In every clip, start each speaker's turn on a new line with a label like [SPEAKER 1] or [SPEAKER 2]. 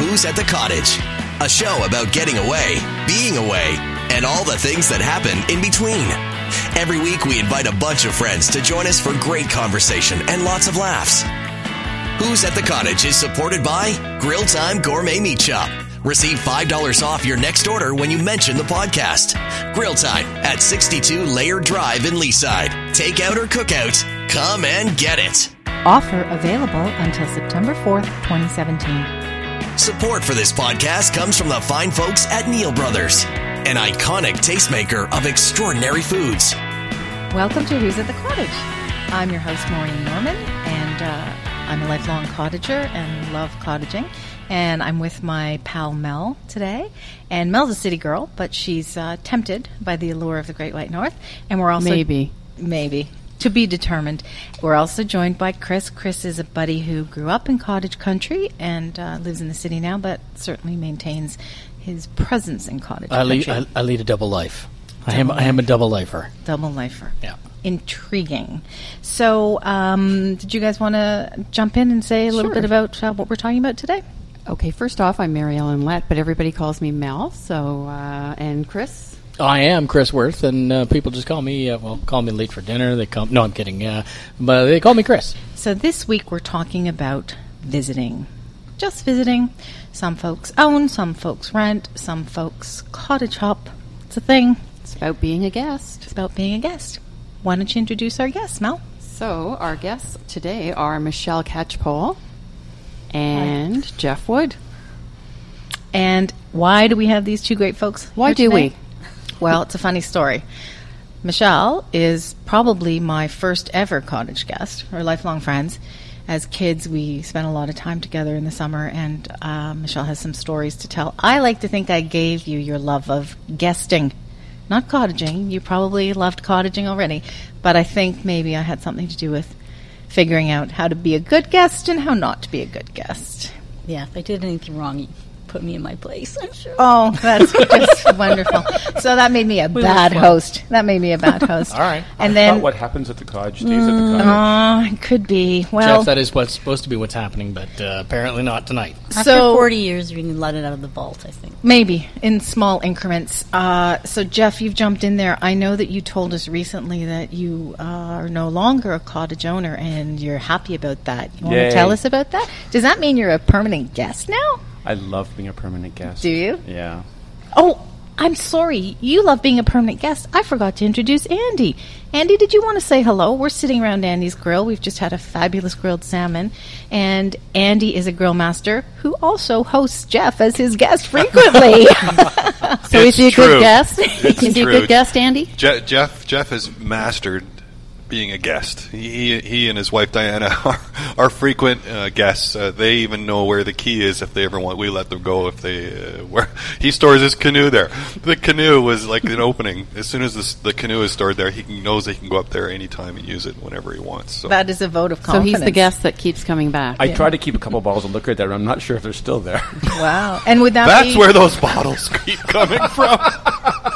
[SPEAKER 1] Booze at the Cottage, a show about getting away, being away, and all the things that happen in between. Every week, we invite a bunch of friends to join us for great conversation and lots of laughs. Who's at the Cottage is supported by Grill Time Gourmet Meat Shop. Receive $5 off your next order when you mention the podcast. Grill Time at 62 Layer Drive in Leaside. Takeout or cookout, come and get it.
[SPEAKER 2] Offer available until September 4th, 2017.
[SPEAKER 1] Support for this podcast comes from the fine folks at Neil Brothers, an iconic tastemaker of extraordinary foods.
[SPEAKER 2] Welcome to Who's at the Cottage. I'm your host, Maureen Norman, and uh, I'm a lifelong cottager and love cottaging. And I'm with my pal Mel today. And Mel's a city girl, but she's uh, tempted by the allure of the Great White North. And we're also.
[SPEAKER 3] Maybe.
[SPEAKER 2] Maybe. To be determined. We're also joined by Chris. Chris is a buddy who grew up in cottage country and uh, lives in the city now, but certainly maintains his presence in cottage
[SPEAKER 4] I lead,
[SPEAKER 2] country.
[SPEAKER 4] I, I lead a double life. I am I am a double lifer.
[SPEAKER 2] Double lifer.
[SPEAKER 4] Yeah.
[SPEAKER 2] Intriguing. So, um, did you guys want to jump in and say a little
[SPEAKER 3] Sure.
[SPEAKER 2] bit about uh, what we're talking about today?
[SPEAKER 3] Okay, first off, I'm Mary Ellen Lett, but everybody calls me Mel. So, uh, and Chris.
[SPEAKER 4] I am Chris Worth, and uh, people just call me. Uh, well, call me late for dinner. They call no, I'm kidding. Uh, but they call me Chris.
[SPEAKER 2] So, this week we're talking about visiting. Just visiting. Some folks own, some folks rent, some folks cottage hop. It's a thing.
[SPEAKER 3] It's about being a guest.
[SPEAKER 2] It's about being a guest. Why don't you introduce our guest, Mel?
[SPEAKER 3] So, our guests today are Michelle Catchpole and Jeff Wood.
[SPEAKER 2] And why do we have these two great folks?
[SPEAKER 3] Why
[SPEAKER 2] here
[SPEAKER 3] do
[SPEAKER 2] today?
[SPEAKER 3] we?
[SPEAKER 2] Well, it's a funny story. Michelle is probably my first ever cottage guest. We're lifelong friends. As kids, we spent a lot of time together in the summer, and uh, Michelle has some stories to tell. I like to think I gave you your love of guesting, not cottaging. You probably loved cottaging already, but I think maybe I had something to do with figuring out how to be a good guest and how not to be a good guest.
[SPEAKER 5] Yeah, if I did anything wrong, you put me in my place. I'm sure.
[SPEAKER 2] Oh, that's just wonderful. So that made me a bad host. That made me a bad host. All
[SPEAKER 4] right.
[SPEAKER 2] And
[SPEAKER 6] Not
[SPEAKER 2] then
[SPEAKER 6] what happens at the cottage stays at the cottage.
[SPEAKER 2] uh, it could be well.
[SPEAKER 4] Jeff, that is what's supposed to be what's happening, but uh, apparently not tonight.
[SPEAKER 5] After
[SPEAKER 2] so
[SPEAKER 5] 40 years, we can let it out of the vault. I think.
[SPEAKER 2] maybe in small increments. Uh, so Jeff, you've jumped in there. I know that you told us recently that you uh, are no longer a cottage owner, and you're happy about that. You want
[SPEAKER 6] Yay.
[SPEAKER 2] to tell us about that? Does that mean you're a permanent guest now?
[SPEAKER 6] I love being a permanent guest.
[SPEAKER 2] Oh. Do you?
[SPEAKER 6] Yeah.
[SPEAKER 2] Oh, I'm sorry. You love being a permanent guest. I forgot to introduce Andy. Andy, did you want to say hello? We're sitting around Andy's grill. We've just had a fabulous grilled salmon. And Andy is a grill master who also hosts Jeff as his guest frequently.
[SPEAKER 3] So, is
[SPEAKER 7] It's
[SPEAKER 3] he a
[SPEAKER 7] true.
[SPEAKER 3] good guest?
[SPEAKER 7] It's
[SPEAKER 3] is he a
[SPEAKER 7] true.
[SPEAKER 3] good guest, Andy?
[SPEAKER 7] Je- Jeff Jeff has mastered being a guest. He he, he and his wife Diana are, are frequent uh, guests. Uh, they even know where the key is if they ever want. We let them go if they uh, where he stores his canoe there. The canoe was like an opening. As soon as this, the canoe is stored there, he can, knows he can go up there anytime and use it whenever he wants. So
[SPEAKER 2] that is a vote of
[SPEAKER 3] So,
[SPEAKER 2] confidence.
[SPEAKER 3] he's the guest that keeps coming back.
[SPEAKER 6] I tried to keep a couple bottles of liquor there. I'm not sure if they're still there.
[SPEAKER 2] Wow. And would that
[SPEAKER 7] that's
[SPEAKER 2] be
[SPEAKER 7] where those bottles keep coming from.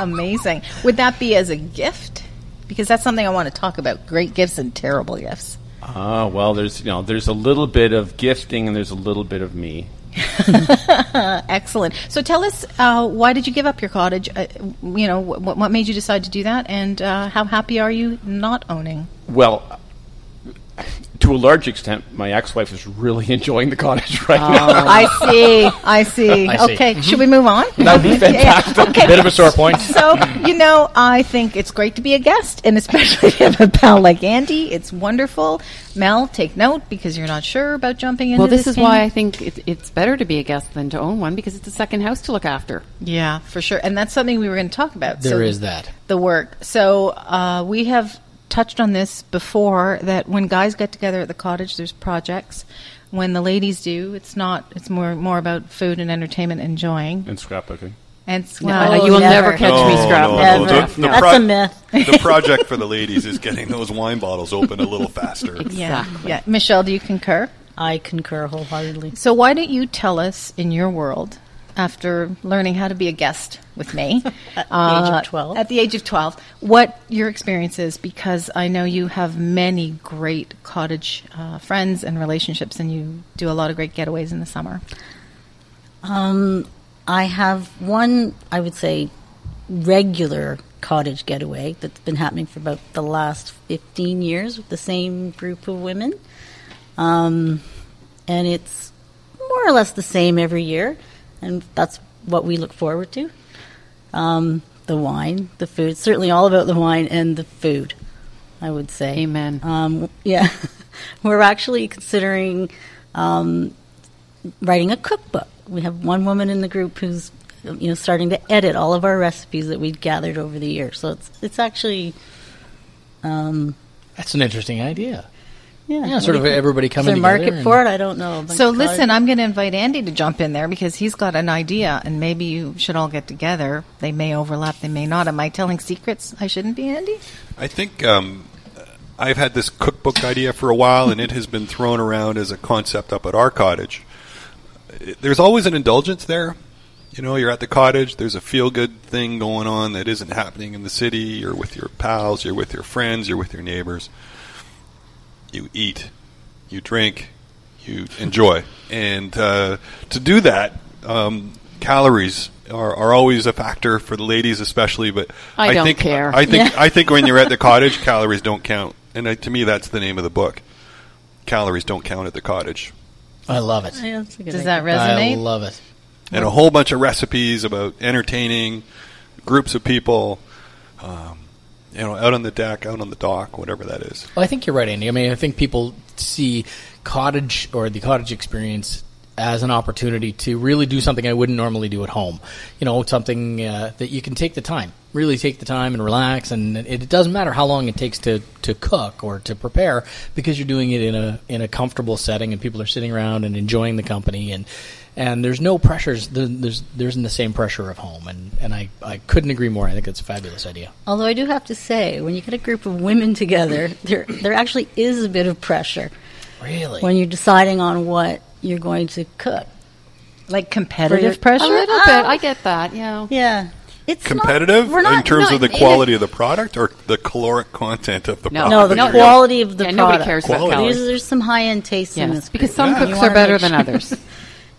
[SPEAKER 2] amazing? Would that be as a gift? Because that's something I want to talk about great gifts and terrible gifts.
[SPEAKER 6] Ah, well, there's you know, there's a little bit of gifting and there's a little bit of me.
[SPEAKER 2] Excellent. So tell us, uh, why did you give up your cottage? Uh, you know, wh- wh- what made you decide to do that, and uh, how happy are you not owning?
[SPEAKER 6] Well, to a large extent, my ex-wife is really enjoying the cottage right
[SPEAKER 2] Oh.
[SPEAKER 6] now.
[SPEAKER 2] I see. I see.
[SPEAKER 4] Oh. I see. Mm-hmm.
[SPEAKER 2] Okay, should we move on?
[SPEAKER 6] That'd be fantastic.
[SPEAKER 2] Okay.
[SPEAKER 4] Bit of a sore point.
[SPEAKER 2] So, you know, I think it's great to be a guest, and especially if you have a pal like Andy. It's wonderful. Mel, take note because you're not sure about jumping into
[SPEAKER 3] Well, this is
[SPEAKER 2] game.
[SPEAKER 3] why I think it, it's better to be a guest than to own one because it's a second house to look after.
[SPEAKER 2] Yeah, for sure. And that's something we were going to talk about.
[SPEAKER 4] There
[SPEAKER 2] There is
[SPEAKER 4] is that.
[SPEAKER 2] The work. So uh, we have touched on this before that when guys get together at the cottage, there's projects. When the ladies do, it's not. It's more more about food and entertainment, enjoying,
[SPEAKER 6] And scrapbooking.
[SPEAKER 2] and it's, Oh,
[SPEAKER 3] No, you will never, catch
[SPEAKER 7] Oh,
[SPEAKER 3] me scrapping.
[SPEAKER 2] no, no.
[SPEAKER 3] Jeff,
[SPEAKER 7] The, the
[SPEAKER 5] That's
[SPEAKER 7] pro-
[SPEAKER 5] a myth.
[SPEAKER 7] The project for the ladies is getting those wine bottles open a little faster.
[SPEAKER 2] Yeah, yeah. Michelle, do you concur?
[SPEAKER 5] I concur wholeheartedly.
[SPEAKER 2] So why don't you tell us in your world, after learning how to be a guest with me, uh,
[SPEAKER 5] At the age of 12.
[SPEAKER 2] at the age of twelve, what your experience is? Because I know you have many great cottage uh, friends and relationships, and you do a lot of great getaways in the summer.
[SPEAKER 5] Um, I have one, I would say, regular cottage getaway that's been happening for about the last 15 years with the same group of women. Um, and it's more or less the same every year, and that's what we look forward to. Um, the wine, the food, certainly all about the wine and the food, I would say.
[SPEAKER 3] Amen.
[SPEAKER 5] Um, yeah. We're actually considering um, writing a cookbook. We have one woman in the group who's you know starting to edit all of our recipes that we've gathered over the years. So it's it's actually um,
[SPEAKER 4] That's an interesting idea.
[SPEAKER 5] yeah,
[SPEAKER 4] Yeah, sort of
[SPEAKER 5] we-
[SPEAKER 4] everybody coming
[SPEAKER 5] is there
[SPEAKER 4] together
[SPEAKER 5] market
[SPEAKER 4] and-
[SPEAKER 5] for it. I don't know. but
[SPEAKER 2] So
[SPEAKER 5] God-
[SPEAKER 2] listen, I'm going to invite Andy to jump in there because he's got an idea, and maybe you should all get together. They may overlap, they may not. Am I telling secrets? I shouldn't be, Andy.
[SPEAKER 7] I think um, I've had this cookbook idea for a while, and it has been thrown around as a concept up at our cottage. It- There's always an indulgence there. You know, you're at the cottage, there's a feel good thing going on that isn't happening in the city. You're with your pals, you're with your friends, you're with your neighbors. You eat, you drink, you enjoy. And uh, to do that, um, calories are, are always a factor for the ladies, especially. But
[SPEAKER 3] I don't
[SPEAKER 7] think,
[SPEAKER 3] care.
[SPEAKER 7] I think I think when you're at the cottage, calories don't count. And I, to me, that's the name of the book. Calories don't count at the cottage.
[SPEAKER 4] I love it.
[SPEAKER 5] Yeah, that's a good
[SPEAKER 2] Does that
[SPEAKER 5] idea.
[SPEAKER 2] resonate?
[SPEAKER 4] I love it.
[SPEAKER 7] And a whole bunch of recipes about entertaining groups of people, um, you know, out on the deck, out on the dock, whatever that is.
[SPEAKER 4] Well, I think you're right, Andy. I mean, I think people see cottage or the cottage experience as an opportunity to really do something I wouldn't normally do at home. You know, something uh, that you can take the time, really take the time and relax. And it, it doesn't matter how long it takes to, to cook or to prepare because you're doing it in a in a comfortable setting and people are sitting around and enjoying the company and and there's no pressures. There, there's there isn't the same pressure of home. And and I, I couldn't agree more. I think it's a fabulous idea.
[SPEAKER 5] Although I do have to say, when you get a group of women together, there there actually is a bit of pressure
[SPEAKER 4] Really.
[SPEAKER 5] when you're deciding on what you're going to cook.
[SPEAKER 2] Like competitive
[SPEAKER 5] your-
[SPEAKER 2] pressure.
[SPEAKER 3] A
[SPEAKER 5] A little
[SPEAKER 3] little
[SPEAKER 5] Ah.
[SPEAKER 3] bit. I get that. Yeah.
[SPEAKER 5] Yeah, it's not-
[SPEAKER 7] Competitive
[SPEAKER 5] we're not-
[SPEAKER 7] in terms
[SPEAKER 5] no,
[SPEAKER 7] of the
[SPEAKER 5] it- it-
[SPEAKER 7] quality of the product or the caloric content of the
[SPEAKER 3] No.
[SPEAKER 7] product.
[SPEAKER 5] No, the
[SPEAKER 7] that you're-
[SPEAKER 5] quality of the
[SPEAKER 3] Yeah, nobody
[SPEAKER 5] product.
[SPEAKER 3] cares about
[SPEAKER 7] Quality.
[SPEAKER 5] There's,
[SPEAKER 3] calories.
[SPEAKER 5] there's some high end taste in
[SPEAKER 3] Yes,
[SPEAKER 5] this
[SPEAKER 3] because
[SPEAKER 5] group.
[SPEAKER 3] some
[SPEAKER 5] You
[SPEAKER 3] cooks
[SPEAKER 5] wanna
[SPEAKER 3] are better
[SPEAKER 5] make
[SPEAKER 3] than
[SPEAKER 5] sure-
[SPEAKER 3] others.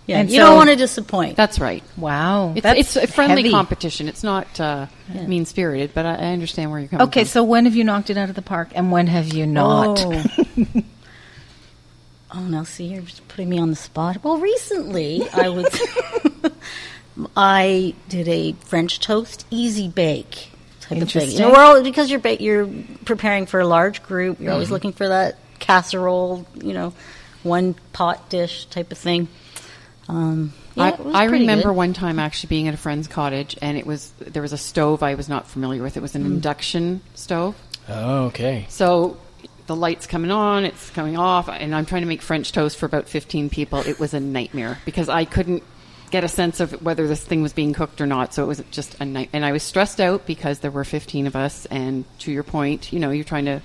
[SPEAKER 5] Yeah,
[SPEAKER 2] And
[SPEAKER 5] you don't
[SPEAKER 2] so-
[SPEAKER 5] want to disappoint.
[SPEAKER 3] That's right.
[SPEAKER 2] Wow,
[SPEAKER 3] It's,
[SPEAKER 2] that's
[SPEAKER 3] it's a friendly
[SPEAKER 2] heavy.
[SPEAKER 3] competition. It's not uh, mean spirited, but I, I understand where you're coming
[SPEAKER 2] Okay,
[SPEAKER 3] from.
[SPEAKER 2] so when have you knocked it out of the park, and when have you not?
[SPEAKER 5] Oh. Oh, now see, you're just putting me on the spot. Well, recently I would, I did a French toast easy bake type of thing. You know,
[SPEAKER 2] Interesting.
[SPEAKER 5] we're all, because you're ba- you're preparing for a large group. You're
[SPEAKER 3] Mm-hmm.
[SPEAKER 5] always looking for that casserole, you know, one pot dish type of thing. Um, yeah, it was
[SPEAKER 3] I, I
[SPEAKER 5] pretty
[SPEAKER 3] remember
[SPEAKER 5] good.
[SPEAKER 3] one time actually being at a friend's cottage, and it was there was a stove I was not familiar with. It was an
[SPEAKER 5] Mm.
[SPEAKER 3] induction stove,
[SPEAKER 4] Okay.
[SPEAKER 3] so the lights coming on, it's coming off, and I'm trying to make French toast for about 15 people. It was a nightmare because I couldn't get a sense of whether this thing was being cooked or not. So it was just a night, and I was stressed out because there were 15 of us, and to your point, you know, you're trying to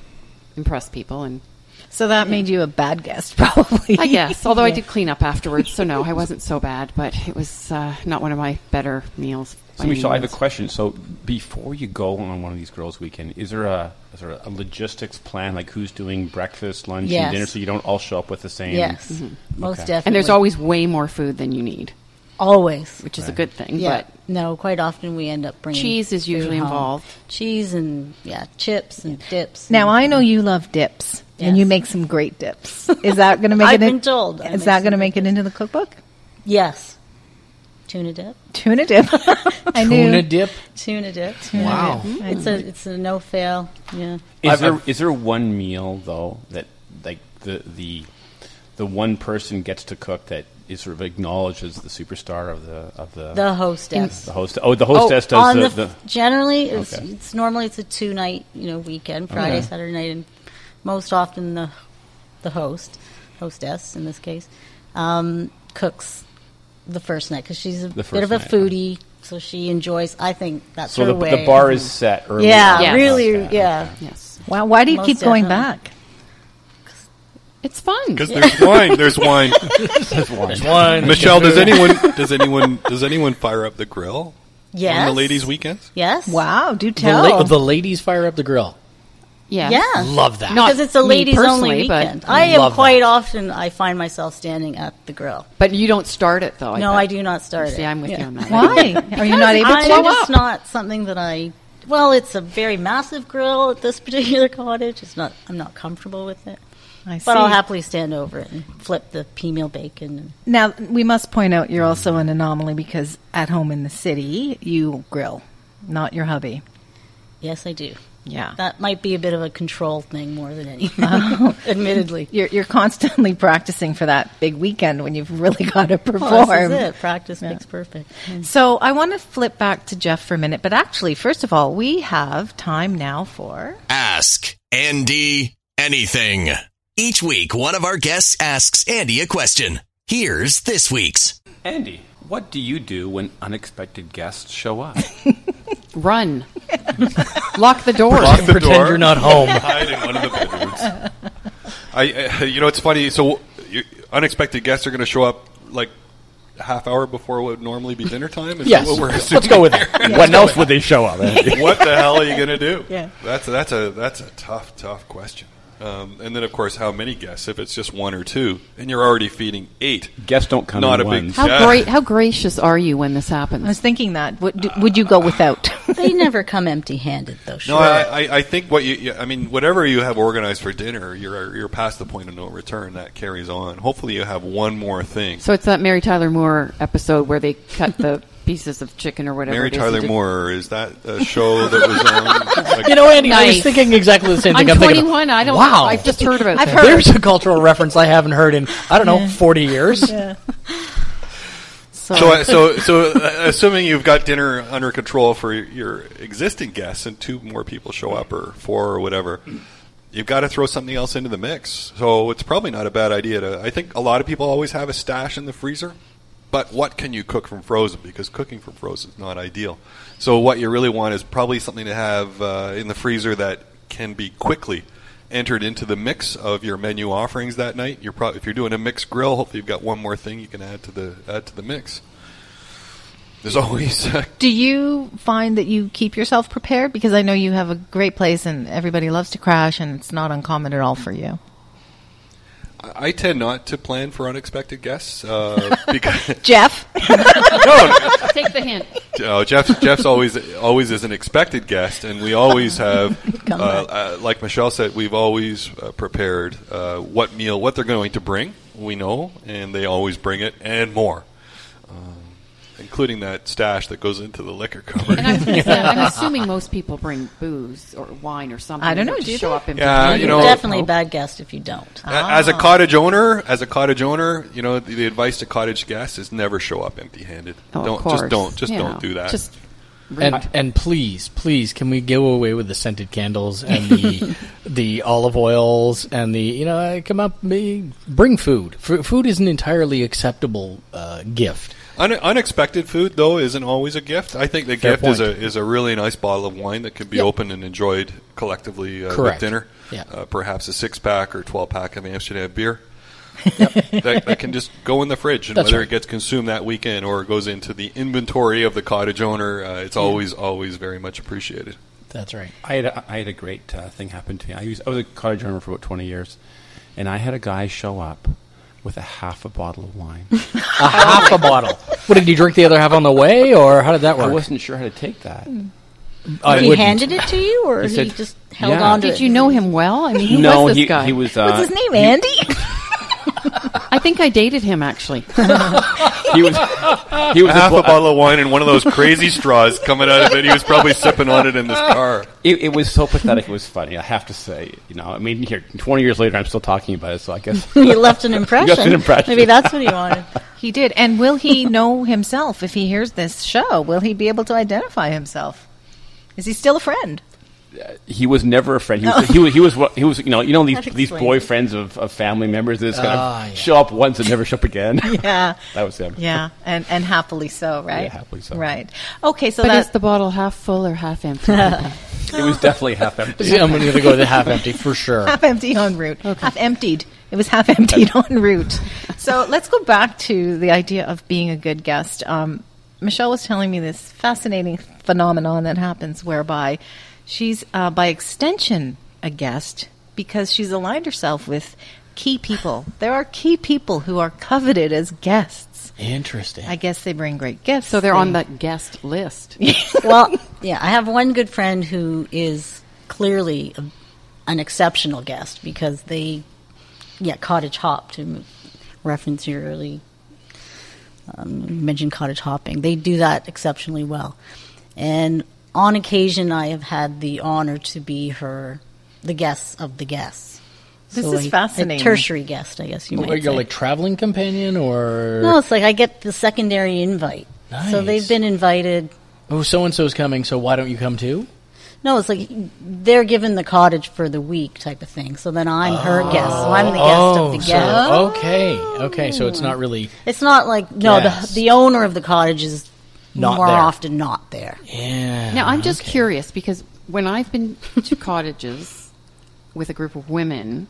[SPEAKER 3] impress people and
[SPEAKER 2] So that made you a bad guest, probably.
[SPEAKER 3] I guess. Although I did clean up afterwards, so no, I wasn't so bad. But it was uh, not one of my better meals. by
[SPEAKER 6] So,
[SPEAKER 3] any
[SPEAKER 6] Michelle, I have a
[SPEAKER 3] means.
[SPEAKER 6] question. So, before you go on one of these girls' weekend, is there a is there a logistics plan, like who's doing breakfast, lunch,
[SPEAKER 5] Yes.
[SPEAKER 6] and dinner, so you don't all show up with the same?
[SPEAKER 5] Yes,
[SPEAKER 2] Mm-hmm.
[SPEAKER 5] most
[SPEAKER 6] Okay.
[SPEAKER 5] definitely.
[SPEAKER 3] Mm-hmm. And there's always way more food than you need,
[SPEAKER 5] always.
[SPEAKER 3] which is a good thing.
[SPEAKER 5] Yeah. no, quite often we end up bringing
[SPEAKER 3] Cheese is
[SPEAKER 5] food
[SPEAKER 3] usually
[SPEAKER 5] home.
[SPEAKER 3] involved.
[SPEAKER 5] Cheese and yeah, chips and dips.
[SPEAKER 2] Now
[SPEAKER 5] and-
[SPEAKER 2] I know you love dips, and
[SPEAKER 5] Yes.
[SPEAKER 2] you make some great dips. Is that going to make
[SPEAKER 5] I've
[SPEAKER 2] it? in-
[SPEAKER 5] been told I
[SPEAKER 2] Is
[SPEAKER 5] make
[SPEAKER 2] that
[SPEAKER 5] some
[SPEAKER 2] going to
[SPEAKER 5] great
[SPEAKER 2] make it into the cookbook?
[SPEAKER 5] yes, tuna dip,
[SPEAKER 2] Tuna dip. I knew. Mm-hmm.
[SPEAKER 4] Tuna dip.
[SPEAKER 5] tuna dip.
[SPEAKER 4] Wow.
[SPEAKER 5] It's a it's a no fail. Yeah,
[SPEAKER 6] Is
[SPEAKER 4] I've-
[SPEAKER 6] there
[SPEAKER 4] I've-
[SPEAKER 6] is there one meal though that like the the the one person gets to cook that is sort of acknowledged as the superstar of the of the
[SPEAKER 5] the hostess.
[SPEAKER 6] the host? Oh, the hostess does
[SPEAKER 5] On
[SPEAKER 6] the,
[SPEAKER 5] the,
[SPEAKER 6] the
[SPEAKER 5] generally it's,
[SPEAKER 6] Okay.
[SPEAKER 5] it's normally it's a two night you know weekend Friday
[SPEAKER 6] Okay.
[SPEAKER 5] Saturday night and most often the the host hostess in this case um, cooks the first night because she's a bit
[SPEAKER 6] first
[SPEAKER 5] of a
[SPEAKER 6] night,
[SPEAKER 5] foodie so she enjoys I think that's
[SPEAKER 6] so
[SPEAKER 5] her
[SPEAKER 6] the,
[SPEAKER 5] way
[SPEAKER 6] the bar is set early.
[SPEAKER 5] yeah
[SPEAKER 6] on.
[SPEAKER 3] Yes.
[SPEAKER 5] really
[SPEAKER 6] Okay,
[SPEAKER 5] yeah
[SPEAKER 6] okay.
[SPEAKER 3] Yes,
[SPEAKER 2] Wow. Why do you
[SPEAKER 5] Most
[SPEAKER 2] keep going
[SPEAKER 5] definitely.
[SPEAKER 2] back?
[SPEAKER 3] it's fun.
[SPEAKER 7] Because there's wine. There's wine.
[SPEAKER 4] One.
[SPEAKER 7] Michelle, does anyone does anyone does anyone fire up the grill
[SPEAKER 5] yes
[SPEAKER 7] on the ladies' weekends?
[SPEAKER 5] yes
[SPEAKER 2] Wow. Do
[SPEAKER 4] The,
[SPEAKER 2] tell.
[SPEAKER 4] la- the ladies fire up the grill.
[SPEAKER 3] Yeah.
[SPEAKER 5] Yeah.
[SPEAKER 4] Love that.
[SPEAKER 3] Not
[SPEAKER 5] because it's a
[SPEAKER 3] me
[SPEAKER 5] ladies only
[SPEAKER 3] personally, but-
[SPEAKER 5] weekend. I am
[SPEAKER 4] Love
[SPEAKER 5] quite
[SPEAKER 4] that.
[SPEAKER 5] often I find myself standing at the grill.
[SPEAKER 3] But you don't start it though.
[SPEAKER 5] no,
[SPEAKER 3] bet.
[SPEAKER 5] I do not start
[SPEAKER 3] See,
[SPEAKER 5] it.
[SPEAKER 3] I'm with
[SPEAKER 5] Yeah.
[SPEAKER 3] you on that.
[SPEAKER 2] Why are you not able
[SPEAKER 5] I-
[SPEAKER 2] to?
[SPEAKER 5] it's just not something that I. Well, it's a very massive grill at this particular cottage. It's not. I'm not comfortable with it.
[SPEAKER 2] I
[SPEAKER 5] But I'll
[SPEAKER 2] see.
[SPEAKER 5] happily stand over it and flip the pea meal bacon.
[SPEAKER 2] Now, we must point out you're also an anomaly because at home in the city, you grill, not your hubby.
[SPEAKER 5] Yes, I do.
[SPEAKER 2] Yeah.
[SPEAKER 5] That might be a bit of a control thing more than anything.
[SPEAKER 2] Oh.
[SPEAKER 5] Admittedly,
[SPEAKER 2] You're, you're constantly practicing for that big weekend when you've really got to perform.
[SPEAKER 5] well, Oh, this is it. Practice makes perfect.
[SPEAKER 2] So I want to flip back to Jeff for a minute, but actually, first of all, we have time now for.
[SPEAKER 1] Ask Andy anything. Each week, one of our guests asks Andy a question. Here's this week's.
[SPEAKER 6] Andy, what do you do when unexpected guests show up?
[SPEAKER 3] Run. Lock the door.
[SPEAKER 7] Lock the
[SPEAKER 4] Pretend
[SPEAKER 7] door.
[SPEAKER 4] you're not home.
[SPEAKER 7] hide in one of the bedrooms. I, uh, you know, it's funny. So you- unexpected guests are going to show up like a half hour before what would normally be dinner time. Is
[SPEAKER 4] yes.
[SPEAKER 7] that what we're
[SPEAKER 4] Let's
[SPEAKER 7] assuming?
[SPEAKER 4] go with that. When else would they show up? eh?
[SPEAKER 7] what the hell are you going to do?
[SPEAKER 2] Yeah.
[SPEAKER 7] That's that's a that's a tough tough question. Um, and then of course, how many guests? If it's just one or two, and you're already feeding eight,
[SPEAKER 6] Guests don't come
[SPEAKER 7] Not
[SPEAKER 6] in
[SPEAKER 7] a
[SPEAKER 6] ones.
[SPEAKER 7] big.
[SPEAKER 3] How
[SPEAKER 7] yeah.
[SPEAKER 3] great! How gracious are you when this happens?
[SPEAKER 2] I was thinking that. Would, do, would you go without?
[SPEAKER 5] They never come empty-handed, though. Sure.
[SPEAKER 7] No, I, I- I think what you, you, I mean, whatever you have organized for dinner, you're you're past the point of no return. That carries on. Hopefully, you have one more thing.
[SPEAKER 3] So it's that Mary Tyler Moore episode where they cut the pieces of chicken or whatever.
[SPEAKER 7] Mary
[SPEAKER 3] it is
[SPEAKER 7] Tyler
[SPEAKER 3] into-
[SPEAKER 7] Moore is that a show that was on? Like,
[SPEAKER 4] You know, Andy, I was
[SPEAKER 3] Nice.
[SPEAKER 4] thinking exactly the same
[SPEAKER 3] I'm
[SPEAKER 4] thing. thinking
[SPEAKER 3] 21. I don't.
[SPEAKER 4] Wow.
[SPEAKER 3] I've just heard about.
[SPEAKER 2] I've
[SPEAKER 3] that.
[SPEAKER 2] heard-
[SPEAKER 4] There's a cultural reference I haven't heard in I don't know 40 years.
[SPEAKER 2] So,
[SPEAKER 7] so, I- so, so, uh, assuming you've got dinner under control for your existing guests, and two more people show up, or four, or whatever, you've got to throw something else into the mix. So, it's probably not a bad idea to. I think a lot of people always have a stash in the freezer, but what can you cook from frozen? Because cooking from frozen is not ideal. So, what you really want is probably something to have uh, in the freezer that can be quickly entered into the mix of your menu offerings that night. You're probably if you're doing a mixed grill, hopefully you've got one more thing you can add to the add to the mix. There's always
[SPEAKER 2] do you find that you keep yourself prepared? Because I know you have a great place and everybody loves to crash, and it's not uncommon at all for you.
[SPEAKER 7] I tend not to plan for unexpected guests uh, because
[SPEAKER 2] Jeff,
[SPEAKER 3] Take the hint.
[SPEAKER 7] uh, Jeff Jeff's always always is an expected guest, and we always have uh, uh, like Michelle said, we've always uh, prepared uh, what meal what they're going to bring. We know, and they always bring it and more. Um, Including that stash that goes into the liquor cupboard.
[SPEAKER 3] And I'm, gonna say, I'm assuming most people bring booze or wine or something.
[SPEAKER 2] I don't
[SPEAKER 3] They
[SPEAKER 2] know,
[SPEAKER 3] just
[SPEAKER 2] do they?
[SPEAKER 3] show up empty.
[SPEAKER 7] Yeah, you know-
[SPEAKER 5] definitely a bad guest if you don't.
[SPEAKER 7] A- As a
[SPEAKER 3] Ah.
[SPEAKER 7] cottage owner, as a cottage owner, you know the, the advice to cottage guests is never show up empty-handed.
[SPEAKER 3] Oh, of
[SPEAKER 7] don't
[SPEAKER 3] course.
[SPEAKER 7] just don't just
[SPEAKER 3] You
[SPEAKER 7] don't
[SPEAKER 3] know,
[SPEAKER 7] do that.
[SPEAKER 3] Just rude.
[SPEAKER 4] And and please, please, can we go away with the scented candles and the the olive oils and the you know uh, come up me- bring food. F- food is an entirely acceptable uh, gift.
[SPEAKER 7] Un- unexpected food though isn't always a gift. I think the
[SPEAKER 4] Fair
[SPEAKER 7] gift is
[SPEAKER 4] point.
[SPEAKER 7] a is a really nice bottle of wine that can be opened and enjoyed collectively uh, with
[SPEAKER 4] Correct.
[SPEAKER 7] dinner.
[SPEAKER 4] Yeah.
[SPEAKER 7] Uh, perhaps a six pack or twelve pack of Amsterdam beer. that, that can just go in the fridge, and
[SPEAKER 4] That's
[SPEAKER 7] whether
[SPEAKER 4] right.
[SPEAKER 7] it gets consumed that weekend or goes into the inventory of the cottage owner, uh, it's always always very much appreciated.
[SPEAKER 4] That's right.
[SPEAKER 6] I had a, I had a great uh, thing happen to me. I, used, I was a cottage owner for about 20 years, and I had a guy show up with a half a bottle of wine.
[SPEAKER 4] A half a bottle. What did you drink the other half on the way, or how did that
[SPEAKER 6] I
[SPEAKER 4] work?
[SPEAKER 6] wasn't sure how to take that.
[SPEAKER 4] I
[SPEAKER 5] he
[SPEAKER 4] wouldn't.
[SPEAKER 5] handed it to you, or he,
[SPEAKER 6] He said-
[SPEAKER 5] just held
[SPEAKER 6] Yeah.
[SPEAKER 5] on to
[SPEAKER 3] Did
[SPEAKER 5] it?
[SPEAKER 3] you know him well? I mean, who
[SPEAKER 6] no,
[SPEAKER 3] was this
[SPEAKER 6] he,
[SPEAKER 3] guy?
[SPEAKER 6] he was. Uh,
[SPEAKER 2] what's his name? Andy.
[SPEAKER 3] I think I dated him actually.
[SPEAKER 6] He was. He was
[SPEAKER 7] half
[SPEAKER 6] bo-
[SPEAKER 7] a bottle of wine and one of those crazy straws coming out of it. He was probably sipping on it in this car.
[SPEAKER 6] It, it was so pathetic. It was funny. I have to say. You know, I mean, here, 20 years later, I'm still talking about it. So I guess
[SPEAKER 5] He left an impression.
[SPEAKER 6] an impression.
[SPEAKER 5] Maybe that's what he wanted.
[SPEAKER 2] He did. And will he know himself if he hears this show? Will he be able to identify himself? Is he still a friend?
[SPEAKER 6] he was never a friend. He was. He was. He was. what- He was you know. You know these
[SPEAKER 5] That
[SPEAKER 6] these
[SPEAKER 5] explains
[SPEAKER 6] boyfriends of, of family members that just kind
[SPEAKER 4] Ah,
[SPEAKER 6] of
[SPEAKER 4] yeah.
[SPEAKER 6] show up once and never show up again.
[SPEAKER 2] Yeah.
[SPEAKER 6] that was him.
[SPEAKER 2] Yeah, and and happily so, right?
[SPEAKER 6] Yeah, happily so.
[SPEAKER 2] Right. Okay, so
[SPEAKER 3] but
[SPEAKER 2] that,
[SPEAKER 3] is the bottle half full or half empty?
[SPEAKER 6] It was definitely half empty.
[SPEAKER 4] See, I'm going to go with the half empty for sure.
[SPEAKER 2] half empty en route. Half emptied. It was half emptied en route. So let's go back to the idea of being a good guest. Um, Michelle was telling me this fascinating phenomenon that happens whereby she's, uh, by extension, a guest because she's aligned herself with key people. There are key people who are coveted as guests.
[SPEAKER 4] Interesting.
[SPEAKER 2] I guess they bring great gifts.
[SPEAKER 3] So they're
[SPEAKER 2] They-
[SPEAKER 3] on that guest list.
[SPEAKER 5] well, yeah, I have one good friend who is clearly a, an exceptional guest because they, yeah, cottage hop to m- reference your early. Um, you mentioned cottage hopping. They do that exceptionally well, and on occasion, I have had the honor to be her, the guest of the guests.
[SPEAKER 2] This
[SPEAKER 5] So
[SPEAKER 2] is
[SPEAKER 5] a-
[SPEAKER 2] fascinating.
[SPEAKER 5] A tertiary guest, I guess you might
[SPEAKER 4] Or you're
[SPEAKER 5] say.
[SPEAKER 4] like traveling companion, or
[SPEAKER 5] no, it's like I get the secondary invite. So
[SPEAKER 4] Nice.
[SPEAKER 5] they've been invited.
[SPEAKER 4] oh, so and so's coming, so why don't you come too?
[SPEAKER 5] No, it's like they're given the cottage for the week type of thing. So then I'm her guest. So I'm the guest of the guest.
[SPEAKER 4] Oh. so, okay, okay, so it's not really
[SPEAKER 5] It's not like no, the,
[SPEAKER 4] Guest.
[SPEAKER 5] the owner of the cottage is
[SPEAKER 4] Not
[SPEAKER 5] more
[SPEAKER 4] there.
[SPEAKER 5] often not there.
[SPEAKER 4] yeah.
[SPEAKER 3] Now, I'm just
[SPEAKER 4] okay.
[SPEAKER 3] curious because when I've been to cottages with a group of women,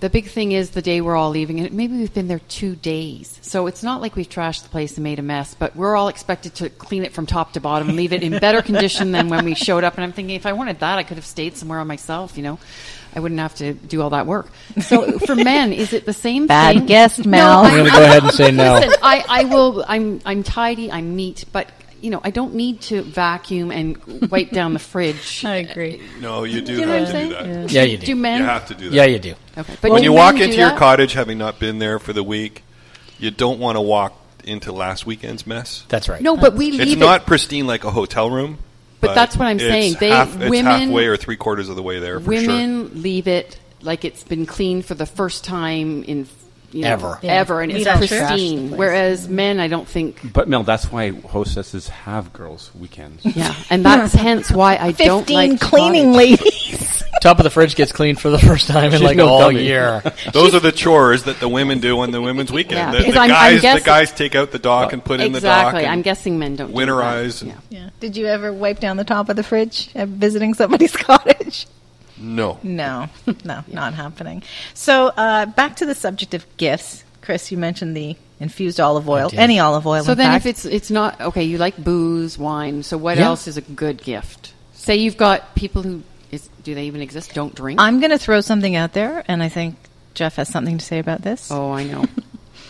[SPEAKER 3] the big thing is the day we're all leaving, and maybe we've been there two days. So it's not like we've trashed the place and made a mess, but we're all expected to clean it from top to bottom and leave it in better condition than when we showed up. And I'm thinking, if I wanted that, I could have stayed somewhere on myself, you know? I wouldn't have to do all that work. So for men, is it the same
[SPEAKER 2] Bad
[SPEAKER 3] thing?
[SPEAKER 2] guest,
[SPEAKER 3] No,
[SPEAKER 2] Mel.
[SPEAKER 3] I-
[SPEAKER 4] I'm
[SPEAKER 5] Oh.
[SPEAKER 4] gonna go ahead and say no.
[SPEAKER 3] Listen, I, I will. I'm I'm tidy. I'm neat, but you know I don't need to vacuum and wipe down the fridge.
[SPEAKER 5] agree.
[SPEAKER 7] No, you do
[SPEAKER 3] You know what I'm
[SPEAKER 7] have to
[SPEAKER 3] saying?
[SPEAKER 7] do that.
[SPEAKER 4] Yeah, you do.
[SPEAKER 3] Do men?
[SPEAKER 7] You have to do that.
[SPEAKER 4] Yeah, you do.
[SPEAKER 3] Okay, but
[SPEAKER 7] when
[SPEAKER 3] do
[SPEAKER 7] you
[SPEAKER 3] men
[SPEAKER 7] walk
[SPEAKER 3] do
[SPEAKER 7] into your
[SPEAKER 3] that?
[SPEAKER 7] cottage having not been there for the week, you don't want to walk into last weekend's mess.
[SPEAKER 4] That's right.
[SPEAKER 3] No, but we leave
[SPEAKER 7] It's
[SPEAKER 3] it.
[SPEAKER 7] not pristine like a hotel room.
[SPEAKER 3] But that's what I'm
[SPEAKER 7] it's
[SPEAKER 3] saying. They-
[SPEAKER 7] half, it's
[SPEAKER 3] women-
[SPEAKER 7] halfway or three quarters of the way there. For sure.
[SPEAKER 3] Women leave it like it's been cleaned for the first time in you know,
[SPEAKER 4] Ever.
[SPEAKER 5] Yeah.
[SPEAKER 3] ever, and
[SPEAKER 5] We
[SPEAKER 3] it's
[SPEAKER 5] don't trash the
[SPEAKER 3] pristine.
[SPEAKER 5] place.
[SPEAKER 3] Whereas men, I don't think.
[SPEAKER 6] But Mel, that's why hostesses have girls' weekends.
[SPEAKER 3] Yeah, and that's hence why I don't
[SPEAKER 2] Fifteen
[SPEAKER 3] like
[SPEAKER 2] cleaning
[SPEAKER 3] cottage.
[SPEAKER 2] ladies.
[SPEAKER 4] Top of the fridge gets cleaned for the first time in
[SPEAKER 6] She's
[SPEAKER 4] like
[SPEAKER 6] no
[SPEAKER 4] all
[SPEAKER 6] dummy.
[SPEAKER 4] year.
[SPEAKER 7] Those are the chores that the women do on the women's weekend.
[SPEAKER 3] Yeah,
[SPEAKER 7] The- the,
[SPEAKER 3] because I'm- I'm
[SPEAKER 7] guys,
[SPEAKER 3] guessing-
[SPEAKER 7] the guys take out the dock and put in the dock.
[SPEAKER 3] Exactly.
[SPEAKER 7] and
[SPEAKER 3] I'm guessing men don't do that.
[SPEAKER 7] Winterize. and-
[SPEAKER 3] Yeah.
[SPEAKER 2] Yeah. Did you ever wipe down the top of the fridge at visiting somebody's cottage?
[SPEAKER 7] No.
[SPEAKER 2] No, no, not happening. So uh, back to the subject of gifts. Chris, you mentioned the infused olive oil,
[SPEAKER 4] did.
[SPEAKER 2] any olive oil.
[SPEAKER 3] So
[SPEAKER 2] in
[SPEAKER 3] then,
[SPEAKER 2] fact.
[SPEAKER 3] if it's it's not okay, you like booze, wine. So what
[SPEAKER 4] Yeah.
[SPEAKER 3] else is a good gift? Say you've got people who is, do they even exist? Don't drink.
[SPEAKER 2] I'm going to throw something out there, and I think Jeff has something to say about this.
[SPEAKER 3] oh, I know.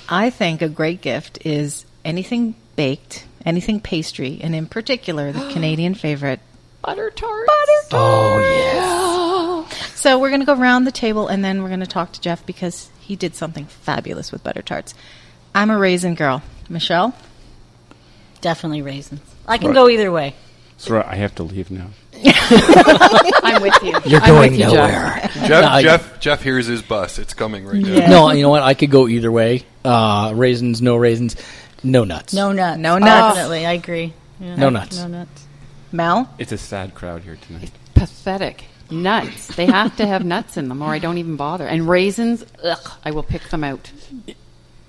[SPEAKER 2] I think a great gift is anything baked, anything pastry, and in particular, the Canadian favorite.
[SPEAKER 3] Butter tarts.
[SPEAKER 4] Oh yeah.
[SPEAKER 2] So we're going to go round the table, and then we're going to talk to Jeff because he did something fabulous with butter tarts. I'm a raisin girl. Michelle?
[SPEAKER 5] Definitely raisins. I can go either way.
[SPEAKER 6] So I have to leave now.
[SPEAKER 3] I'm with you.
[SPEAKER 4] You're
[SPEAKER 3] I'm
[SPEAKER 4] going
[SPEAKER 3] with you, Jeff.
[SPEAKER 4] nowhere.
[SPEAKER 7] Jeff,
[SPEAKER 4] No, I-
[SPEAKER 7] Jeff, Jeff hears his bus. It's coming right now.
[SPEAKER 4] No, you know what? I could go either way. Uh, raisins, no raisins, no nuts.
[SPEAKER 5] No nuts. Oh.
[SPEAKER 2] No nuts.
[SPEAKER 5] Uh, Definitely, I agree. Yeah.
[SPEAKER 4] No nuts.
[SPEAKER 5] No nuts.
[SPEAKER 2] Mel?
[SPEAKER 6] It's a sad crowd here tonight.
[SPEAKER 3] Pathetic. Nuts. They have to have nuts in them, or I don't even bother. And raisins. Ugh. I will pick them out.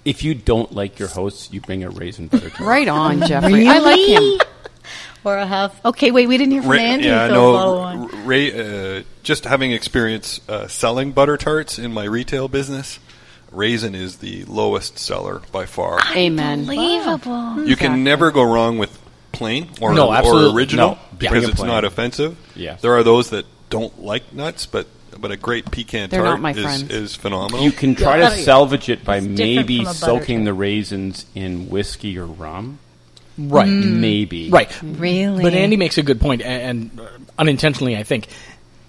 [SPEAKER 6] If you don't like your hosts, you bring a raisin butter tart.
[SPEAKER 3] Right on, Jeffrey. I like him.
[SPEAKER 5] Or a half.
[SPEAKER 2] Okay, wait, we didn't hear from
[SPEAKER 7] Ra-
[SPEAKER 2] Andy.
[SPEAKER 5] yeah.
[SPEAKER 7] yeah,
[SPEAKER 5] so follow
[SPEAKER 7] no.
[SPEAKER 5] on.
[SPEAKER 7] r- Ra- uh, just having experience uh, selling butter tarts in my retail business, raisin is the lowest seller by far.
[SPEAKER 3] Amen.
[SPEAKER 2] Unbelievable.
[SPEAKER 7] You can never go wrong with plain or,
[SPEAKER 4] No,
[SPEAKER 7] or
[SPEAKER 4] absolutely.
[SPEAKER 7] original
[SPEAKER 6] No.
[SPEAKER 7] because
[SPEAKER 6] Yeah.
[SPEAKER 7] it's
[SPEAKER 6] Plain.
[SPEAKER 7] not offensive.
[SPEAKER 6] Yeah.
[SPEAKER 7] There are those that don't like nuts, but but a great pecan
[SPEAKER 3] They're
[SPEAKER 7] tart
[SPEAKER 3] not my
[SPEAKER 7] is,
[SPEAKER 3] friends.
[SPEAKER 7] is phenomenal.
[SPEAKER 6] You can try to
[SPEAKER 5] Yeah.
[SPEAKER 6] salvage it by
[SPEAKER 5] It's different
[SPEAKER 6] maybe
[SPEAKER 5] from a butter
[SPEAKER 6] soaking
[SPEAKER 5] tart.
[SPEAKER 6] the raisins in whiskey or rum.
[SPEAKER 4] Right.
[SPEAKER 5] Mm.
[SPEAKER 6] Maybe.
[SPEAKER 4] Right.
[SPEAKER 2] Really?
[SPEAKER 4] But Andy makes a good point, a- and uh, unintentionally, I think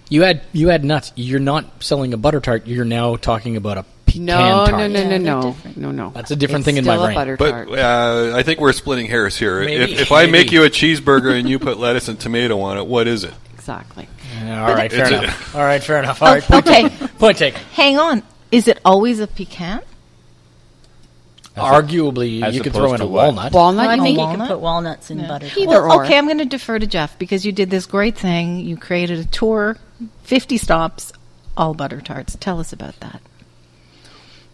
[SPEAKER 4] you add you add nuts. You're not selling a butter tart. You're now talking about a pecan
[SPEAKER 3] No,
[SPEAKER 4] tart.
[SPEAKER 3] no, no, no,
[SPEAKER 5] they're
[SPEAKER 3] no,
[SPEAKER 5] different.
[SPEAKER 3] no, no.
[SPEAKER 4] That's a different
[SPEAKER 3] It's
[SPEAKER 4] thing in my
[SPEAKER 3] still a
[SPEAKER 4] brain.
[SPEAKER 3] butter
[SPEAKER 7] But
[SPEAKER 3] tart.
[SPEAKER 7] uh, I think we're splitting hairs here.
[SPEAKER 4] Maybe.
[SPEAKER 7] If, if I make
[SPEAKER 4] Maybe.
[SPEAKER 7] you a cheeseburger and you put lettuce and tomato on it, what is it?
[SPEAKER 3] exactly.
[SPEAKER 4] Yeah, All right, fair
[SPEAKER 7] It's a-
[SPEAKER 4] enough. All right, fair enough. All right, point,
[SPEAKER 2] Oh, okay.
[SPEAKER 4] point taken.
[SPEAKER 2] Hang on. Is it always a pecan?
[SPEAKER 4] Arguably,
[SPEAKER 6] as
[SPEAKER 4] you could
[SPEAKER 6] opposed
[SPEAKER 4] throw in
[SPEAKER 6] to
[SPEAKER 4] a
[SPEAKER 6] what?
[SPEAKER 4] walnut.
[SPEAKER 5] Well,
[SPEAKER 3] Walnut.
[SPEAKER 5] I
[SPEAKER 2] no
[SPEAKER 5] think you
[SPEAKER 2] walnut?
[SPEAKER 5] can put walnuts in butter.
[SPEAKER 3] Either
[SPEAKER 5] tarts.
[SPEAKER 2] Well,
[SPEAKER 3] or.
[SPEAKER 2] okay, I'm going to defer to Jeff because you did this great thing. You created a tour, 50 stops, all butter tarts. Tell us about that.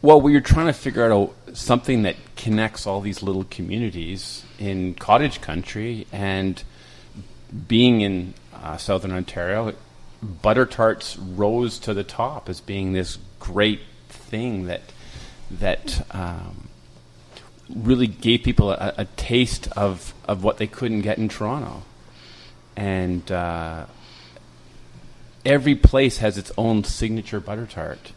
[SPEAKER 6] Well, we were trying to figure out a, something that connects all these little communities in cottage country, and being in uh, southern Ontario, butter tarts rose to the top as being this great thing that that um, really gave people a, a taste of of what they couldn't get in Toronto, and. Uh, every place has its own signature butter tart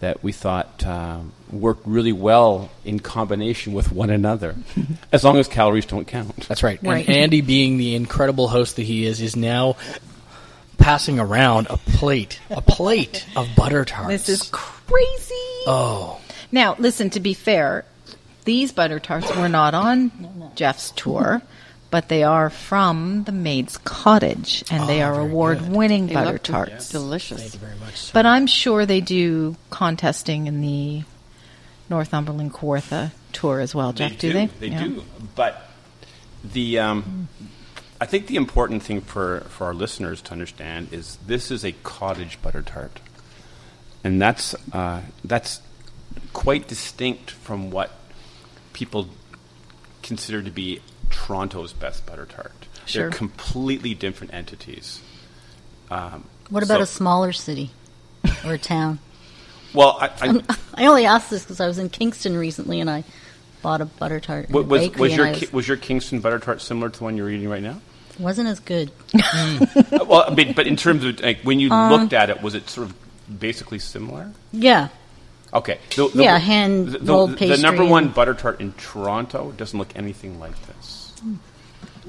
[SPEAKER 6] that we thought uh, worked really well in combination with one another, as long as calories don't count.
[SPEAKER 4] That's right.
[SPEAKER 5] Right.
[SPEAKER 4] And Andy, being the incredible host that he is, is now passing around a plate, a plate of butter tarts.
[SPEAKER 2] This is crazy.
[SPEAKER 4] oh,
[SPEAKER 2] Now, listen, to be fair, these butter tarts were not on Jeff's tour, but they are from the maid's cottage, and they are award winning
[SPEAKER 3] They
[SPEAKER 2] butter
[SPEAKER 3] looked
[SPEAKER 2] tarts.
[SPEAKER 3] Delicious.
[SPEAKER 4] very much.
[SPEAKER 2] But I'm sure they do contesting in the Northumberland Kawartha tour as well, Jeff, do, they?
[SPEAKER 6] They
[SPEAKER 2] Yeah.
[SPEAKER 6] do. But the, um, I think the important thing for, for our listeners to understand is this is a cottage butter tart, and that's uh, that's quite distinct from what people consider to be Toronto's best butter tart.
[SPEAKER 2] Sure.
[SPEAKER 6] They're completely different entities. Um,
[SPEAKER 5] What about
[SPEAKER 6] So-
[SPEAKER 5] a smaller city or a town?
[SPEAKER 6] Well, I, I,
[SPEAKER 5] I only asked this because I was in Kingston recently and I bought a butter tart. in a
[SPEAKER 6] Wa- was,
[SPEAKER 5] bakery
[SPEAKER 6] was
[SPEAKER 5] and
[SPEAKER 6] your
[SPEAKER 5] I
[SPEAKER 6] Ki- was your Kingston butter tart similar to the one you're eating right now?
[SPEAKER 5] wasn't as good.
[SPEAKER 6] Uh, well, I mean, but in terms of like, when you
[SPEAKER 5] Uh-huh.
[SPEAKER 6] looked at it, was it sort of basically similar?
[SPEAKER 5] Yeah,
[SPEAKER 6] Okay, the,
[SPEAKER 5] Yeah, hand
[SPEAKER 6] the,
[SPEAKER 5] rolled
[SPEAKER 6] the number
[SPEAKER 5] pastry
[SPEAKER 6] one
[SPEAKER 5] and-
[SPEAKER 6] butter tart in Toronto doesn't look anything like this.
[SPEAKER 5] Hmm.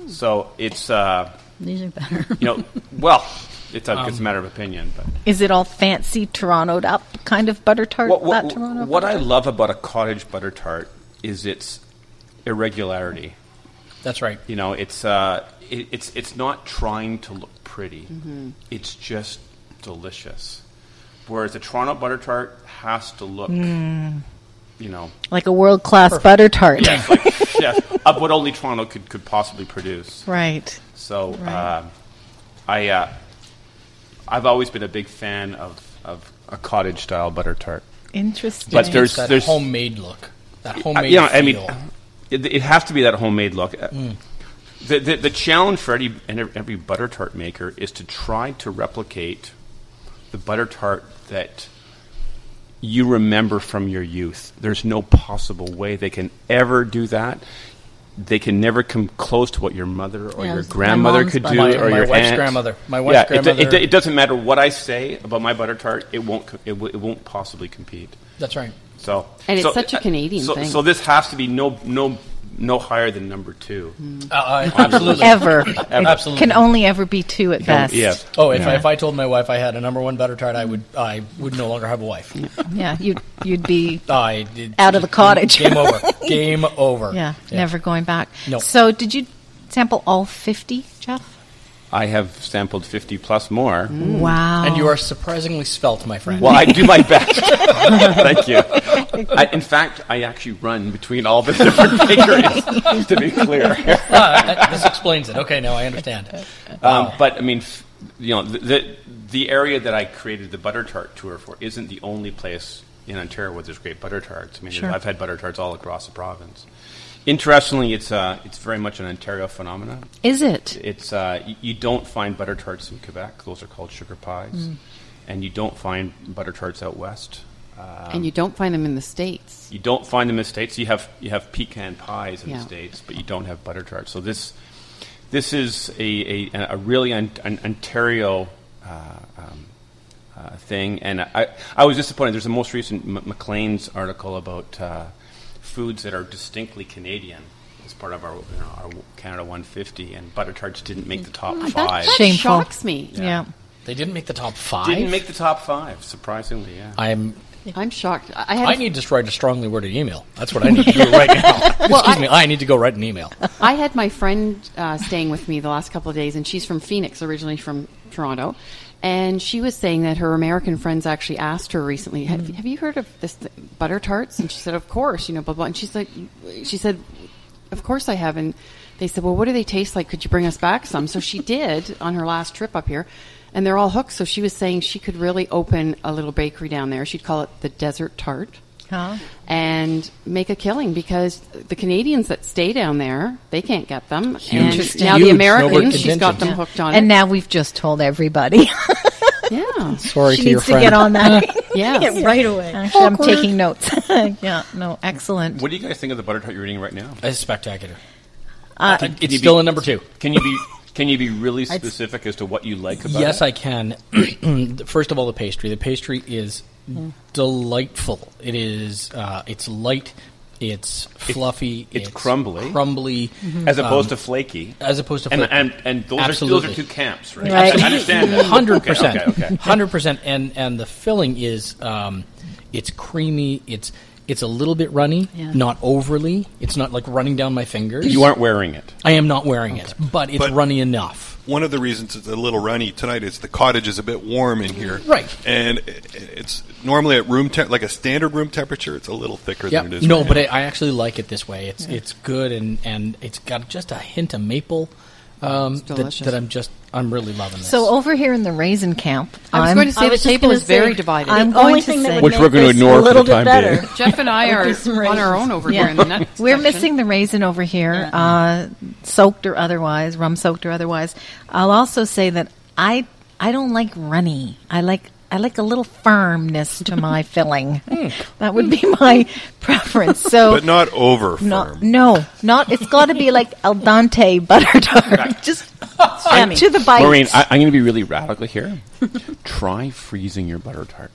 [SPEAKER 6] So it's uh,
[SPEAKER 5] these are better.
[SPEAKER 6] you know, well, it's a,
[SPEAKER 5] Um,
[SPEAKER 6] it's a matter of opinion, but.
[SPEAKER 2] Is it all fancy Torontoed up kind of butter tart?
[SPEAKER 6] What, what,
[SPEAKER 2] that Toronto
[SPEAKER 6] what I
[SPEAKER 2] butter
[SPEAKER 6] love about a cottage butter tart is its irregularity.
[SPEAKER 4] That's right.
[SPEAKER 6] You know, it's uh, it, it's it's not trying to look pretty. It's just delicious. Whereas the Toronto butter tart has to look, you know,
[SPEAKER 2] tart? like a world class butter tart.
[SPEAKER 6] yes, like yes, of what only Toronto could could possibly produce.
[SPEAKER 2] Right.
[SPEAKER 6] So
[SPEAKER 2] Right.
[SPEAKER 6] um I uh, I've always been a big fan of of a cottage style butter tart.
[SPEAKER 2] Interesting.
[SPEAKER 6] But there's-
[SPEAKER 4] It's that
[SPEAKER 6] there's-
[SPEAKER 4] homemade look. That
[SPEAKER 6] I-
[SPEAKER 4] homemade.
[SPEAKER 6] you know, I mean,
[SPEAKER 4] feel. Mm.
[SPEAKER 6] it, it has to be that homemade look. Uh, The, the, the challenge for any, and ev- every butter tart maker is to try to replicate the butter tart that you remember from your youth. There's no possible way they can ever do that. They can never come close to what your mother or
[SPEAKER 5] Yeah, it
[SPEAKER 6] your
[SPEAKER 5] was my
[SPEAKER 6] grandmother
[SPEAKER 5] mom's
[SPEAKER 6] could do,
[SPEAKER 5] butter
[SPEAKER 4] tart.
[SPEAKER 6] or
[SPEAKER 4] My
[SPEAKER 6] your
[SPEAKER 4] wife's
[SPEAKER 6] aunt.
[SPEAKER 4] grandmother. My wife's
[SPEAKER 6] yeah, it do- It,
[SPEAKER 4] grandmother-
[SPEAKER 6] do- it doesn't matter what I say about my butter tart; it won't. co- It, w- it won't possibly compete.
[SPEAKER 4] That's right.
[SPEAKER 6] So
[SPEAKER 3] And it's
[SPEAKER 6] so- uh,
[SPEAKER 3] such a Canadian
[SPEAKER 6] so,
[SPEAKER 3] thing.
[SPEAKER 6] So this has to be no no no higher than number two.
[SPEAKER 4] Uh, I, absolutely.
[SPEAKER 2] ever. It
[SPEAKER 4] Absolutely.
[SPEAKER 2] Can only ever be two at best.
[SPEAKER 6] Yeah.
[SPEAKER 4] Oh, if, I,
[SPEAKER 6] Yeah.
[SPEAKER 4] if I told my wife I had a number one butter tart, I would I would no longer have a wife.
[SPEAKER 2] Yeah, you'd, you'd be
[SPEAKER 4] I did,
[SPEAKER 2] Out of the cottage.
[SPEAKER 4] Game over. Game over.
[SPEAKER 2] yeah, never going back.
[SPEAKER 4] No.
[SPEAKER 2] So, did you sample all 50, Jeff?
[SPEAKER 6] I have sampled fifty plus more.
[SPEAKER 3] Mm. Hmm.
[SPEAKER 2] Wow.
[SPEAKER 4] And you are surprisingly svelte, my friend.
[SPEAKER 6] Well, I do my best. Thank you. I, in fact, I actually run between all the different bakeries. to be clear.
[SPEAKER 4] Ah, that- this explains it. Okay, now I understand.
[SPEAKER 6] Um, but I mean, f- you know, the, the the area that I created the butter tart tour for isn't the only place in Ontario where there's great butter tarts. I mean,
[SPEAKER 2] Sure.
[SPEAKER 6] I've had butter tarts all across the province. Interestingly, it's uh, it's very much an Ontario phenomenon.
[SPEAKER 2] Is it?
[SPEAKER 6] It's uh, y- you don't find butter tarts in Quebec; those are called sugar pies, and you don't find butter tarts out west. Um,
[SPEAKER 3] and you don't find them in the states.
[SPEAKER 6] you don't find them in the states. You have you have pecan pies in the
[SPEAKER 3] Yeah.
[SPEAKER 6] states, but you don't have butter tarts. So this this is a a, a really an, an Ontario uh, um, uh, thing, and I I was disappointed. There's the most recent M- McLean's article about uh, foods that are distinctly Canadian as part of our, you know, our Canada 150, and butter tarts didn't make the top
[SPEAKER 3] That,
[SPEAKER 6] five.
[SPEAKER 3] that
[SPEAKER 2] Shameful.
[SPEAKER 3] shocks me.
[SPEAKER 2] Yeah.
[SPEAKER 4] They didn't make the top five.
[SPEAKER 6] Didn't make the top five, surprisingly. Yeah.
[SPEAKER 4] I'm.
[SPEAKER 3] I'm shocked. I I had a
[SPEAKER 4] I need to write a strongly worded email. That's what I need to do right now. Excuse me. I need to go write an email.
[SPEAKER 3] I had my friend uh, staying with me the last couple of days, and she's from Phoenix, originally from Toronto. And she was saying that her American friends actually asked her recently, "Have,
[SPEAKER 4] Mm.
[SPEAKER 3] have you heard of this th- butter tarts?" And she said, "Of course," you know, blah blah. And she's like, she said, "Of course I have." And they said, "Well, what do they taste like? Could you bring us back some?" So she did on her last trip up here, and they're all hooked. So she was saying she could really open a little bakery down there. She'd call it the Desert Tart
[SPEAKER 2] Huh?
[SPEAKER 3] and make a killing because the Canadians that stay down there, they can't get them.
[SPEAKER 2] Interesting.
[SPEAKER 3] And now
[SPEAKER 4] Huge
[SPEAKER 3] the
[SPEAKER 4] snowbird
[SPEAKER 3] Americans, she's got
[SPEAKER 4] contingent.
[SPEAKER 3] them hooked on
[SPEAKER 2] and
[SPEAKER 3] it.
[SPEAKER 2] now we've just told everybody.
[SPEAKER 3] yeah.
[SPEAKER 4] Sorry
[SPEAKER 2] she
[SPEAKER 4] to your
[SPEAKER 2] needs to
[SPEAKER 4] friend.
[SPEAKER 2] get on that.
[SPEAKER 3] Yes.
[SPEAKER 5] right away.
[SPEAKER 2] Actually, I'm taking notes. yeah, no, excellent.
[SPEAKER 6] What do you guys think of the butter tart you're eating right now?
[SPEAKER 4] It's spectacular.
[SPEAKER 2] Uh,
[SPEAKER 4] It- it's still in number two.
[SPEAKER 6] Can you be Can you be really
[SPEAKER 5] I'd-
[SPEAKER 6] specific as to what you like about
[SPEAKER 4] Yes,
[SPEAKER 6] it?
[SPEAKER 4] I can. First of all, the pastry. The pastry is delightful. It is. Uh, it's light. It's fluffy.
[SPEAKER 6] it's crumbly.
[SPEAKER 4] Crumbly.
[SPEAKER 6] As opposed to flaky.
[SPEAKER 4] um, as opposed to
[SPEAKER 6] and,
[SPEAKER 4] flaky.
[SPEAKER 6] and and those are
[SPEAKER 4] Absolutely.
[SPEAKER 6] those are two camps, right?
[SPEAKER 5] Right.
[SPEAKER 6] I understand that.
[SPEAKER 4] hundred
[SPEAKER 6] Okay,
[SPEAKER 4] percent,
[SPEAKER 6] Okay, okay.
[SPEAKER 4] hundred percent, and and the filling is um, it's creamy. It's it's a little bit runny,
[SPEAKER 5] Yeah.
[SPEAKER 4] not overly. It's not like running down my fingers.
[SPEAKER 6] You aren't wearing it.
[SPEAKER 4] I am not wearing it, but it's
[SPEAKER 7] But-
[SPEAKER 4] runny enough.
[SPEAKER 7] One of the reasons it's a little runny tonight is the cottage is a bit warm in here.
[SPEAKER 4] Right.
[SPEAKER 7] And i- it's normally at room temp, like a standard room temperature, it's a little thicker
[SPEAKER 4] Yeah,
[SPEAKER 7] than it is.
[SPEAKER 4] no,
[SPEAKER 7] right
[SPEAKER 4] but I,
[SPEAKER 7] now.
[SPEAKER 4] I actually like it this way. It's it's good and and it's got just a hint of maple um, that,
[SPEAKER 3] delicious.
[SPEAKER 4] that I'm just I'm really loving this.
[SPEAKER 2] So over here in the raisin camp,
[SPEAKER 3] I was
[SPEAKER 2] I'm
[SPEAKER 3] going to say
[SPEAKER 5] I
[SPEAKER 3] the
[SPEAKER 5] was just
[SPEAKER 3] table
[SPEAKER 5] gonna
[SPEAKER 3] is very
[SPEAKER 5] say,
[SPEAKER 3] divided.
[SPEAKER 2] I'm
[SPEAKER 5] the
[SPEAKER 2] going
[SPEAKER 5] only
[SPEAKER 2] to
[SPEAKER 5] thing
[SPEAKER 2] say-
[SPEAKER 5] that would
[SPEAKER 6] Which
[SPEAKER 5] make
[SPEAKER 6] we're gonna
[SPEAKER 5] this
[SPEAKER 6] ignore
[SPEAKER 5] a
[SPEAKER 6] for the
[SPEAKER 5] little bit
[SPEAKER 6] time
[SPEAKER 5] better.
[SPEAKER 6] being.
[SPEAKER 3] Jeff and I
[SPEAKER 5] Would
[SPEAKER 3] are
[SPEAKER 5] be some
[SPEAKER 3] on our
[SPEAKER 5] raisins.
[SPEAKER 3] own over
[SPEAKER 2] Yeah.
[SPEAKER 3] here in the nut
[SPEAKER 2] We're
[SPEAKER 3] section.
[SPEAKER 2] missing the raisin over here, uh, soaked or otherwise, rum soaked or otherwise. I'll also say that I I don't like runny. I like I like a little firmness to my filling.
[SPEAKER 3] Hmm.
[SPEAKER 2] That would be my preference. So
[SPEAKER 7] But not over firm.
[SPEAKER 2] not no, not it's got to be like al dente butter tart, just
[SPEAKER 5] Sammy.
[SPEAKER 2] to the bite.
[SPEAKER 6] Maureen, I, I'm going to be really radical here. Try freezing your butter tart.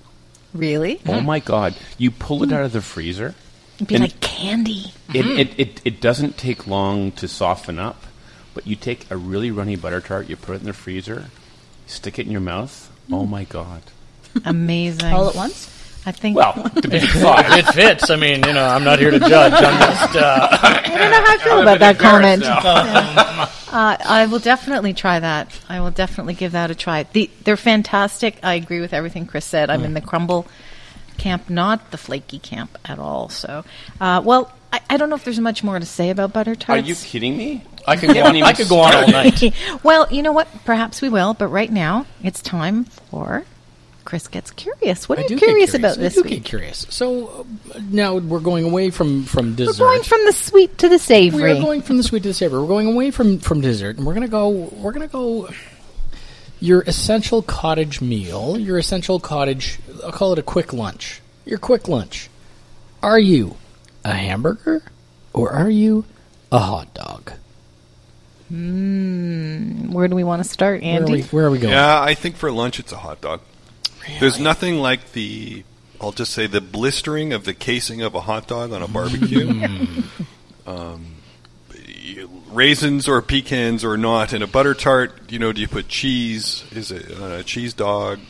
[SPEAKER 2] really,
[SPEAKER 6] Oh
[SPEAKER 4] Mm-hmm.
[SPEAKER 6] my God! You pull it out of the freezer.
[SPEAKER 2] It'd be
[SPEAKER 6] and-
[SPEAKER 2] like candy.
[SPEAKER 6] It, it, it, it doesn't take long to soften up, but you take a really runny butter tart, you put it in the freezer, stick it in your mouth. Oh my God.
[SPEAKER 2] Amazing.
[SPEAKER 5] All at once?
[SPEAKER 2] I think.
[SPEAKER 6] Well, to be thought.
[SPEAKER 4] it fits. I mean, you know, I'm not here to judge. I'm just uh,
[SPEAKER 2] I don't know how I feel about that comment. Uh, I will definitely try that. I will definitely give that a try. The, they're fantastic. I agree with everything Chris said. I'm in the crumble camp, not the flaky camp at all. So, uh, well, I, I don't know if there's much more to say about butter
[SPEAKER 6] Are
[SPEAKER 2] tarts.
[SPEAKER 6] you kidding me?
[SPEAKER 4] I could go on, I could go on all night.
[SPEAKER 2] well, you know what? Perhaps we will. But right now, it's time for Chris gets curious. What are
[SPEAKER 4] I do
[SPEAKER 2] you
[SPEAKER 4] get
[SPEAKER 2] curious, about this
[SPEAKER 4] uh, I do
[SPEAKER 2] week?
[SPEAKER 4] get curious. So uh, now we're going away from from
[SPEAKER 2] We're
[SPEAKER 4] dessert.
[SPEAKER 2] going from the sweet to the savory.
[SPEAKER 4] We are going from the sweet to the savory. We're going away from from dessert, and we're gonna go. We're gonna go. Your essential cottage meal. Your essential cottage. I'll call it a quick lunch. Your quick lunch. Are you a hamburger or are you a hot dog?
[SPEAKER 2] Where do we want to start,
[SPEAKER 4] Where are
[SPEAKER 2] Andy?
[SPEAKER 4] we, where are we going?
[SPEAKER 7] Yeah, I think for lunch it's a hot dog. There's nothing like the, I'll just say the blistering of the casing of a hot dog on a barbecue. um,
[SPEAKER 4] Mm.
[SPEAKER 7] raisins or pecans or not in a butter tart. You know, do you put cheese? Is it on a cheese dog?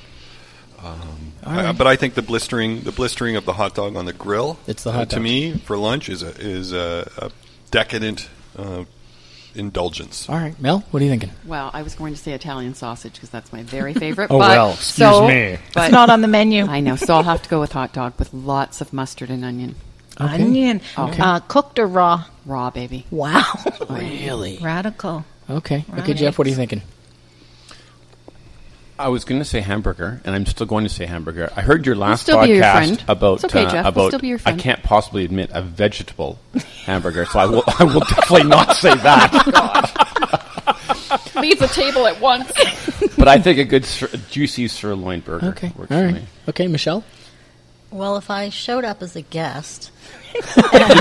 [SPEAKER 7] Um, I- but I think the blistering, the blistering of the hot dog on the grill.
[SPEAKER 4] It's the hot
[SPEAKER 7] uh, to
[SPEAKER 4] dog.
[SPEAKER 7] me for lunch is a is a, a decadent uh, indulgence.
[SPEAKER 4] All right, Mel. What are you thinking?
[SPEAKER 3] Well, I was going to say Italian sausage because that's my very favorite.
[SPEAKER 4] Oh,
[SPEAKER 3] but,
[SPEAKER 4] well, excuse
[SPEAKER 3] so-
[SPEAKER 4] me.
[SPEAKER 3] but-
[SPEAKER 2] It's not on the menu.
[SPEAKER 3] I know, so I'll have to go with hot dog with lots of mustard and onion.
[SPEAKER 2] Onion, uh, cooked or raw?
[SPEAKER 3] Raw, baby.
[SPEAKER 2] Wow,
[SPEAKER 4] Really?
[SPEAKER 2] radical.
[SPEAKER 4] Okay. Okay,
[SPEAKER 2] Right.
[SPEAKER 4] Jeff. What are you thinking?
[SPEAKER 6] I was going to say hamburger, and I'm still going to say hamburger. I heard your last
[SPEAKER 3] still
[SPEAKER 6] podcast
[SPEAKER 3] be your friend.
[SPEAKER 6] about
[SPEAKER 3] It's okay,
[SPEAKER 6] uh,
[SPEAKER 3] Jeff. We'll
[SPEAKER 6] about
[SPEAKER 3] still be your
[SPEAKER 6] I
[SPEAKER 3] friend.
[SPEAKER 6] can't possibly admit a vegetable hamburger, so I will I will definitely not say that.
[SPEAKER 3] Leave the table at once.
[SPEAKER 6] But I think a good sir, a juicy sirloin burger
[SPEAKER 4] Okay.
[SPEAKER 6] works
[SPEAKER 4] All
[SPEAKER 6] for
[SPEAKER 4] right.
[SPEAKER 6] me.
[SPEAKER 4] Okay, Michelle.
[SPEAKER 5] Well, if I showed up as a guest,
[SPEAKER 6] It's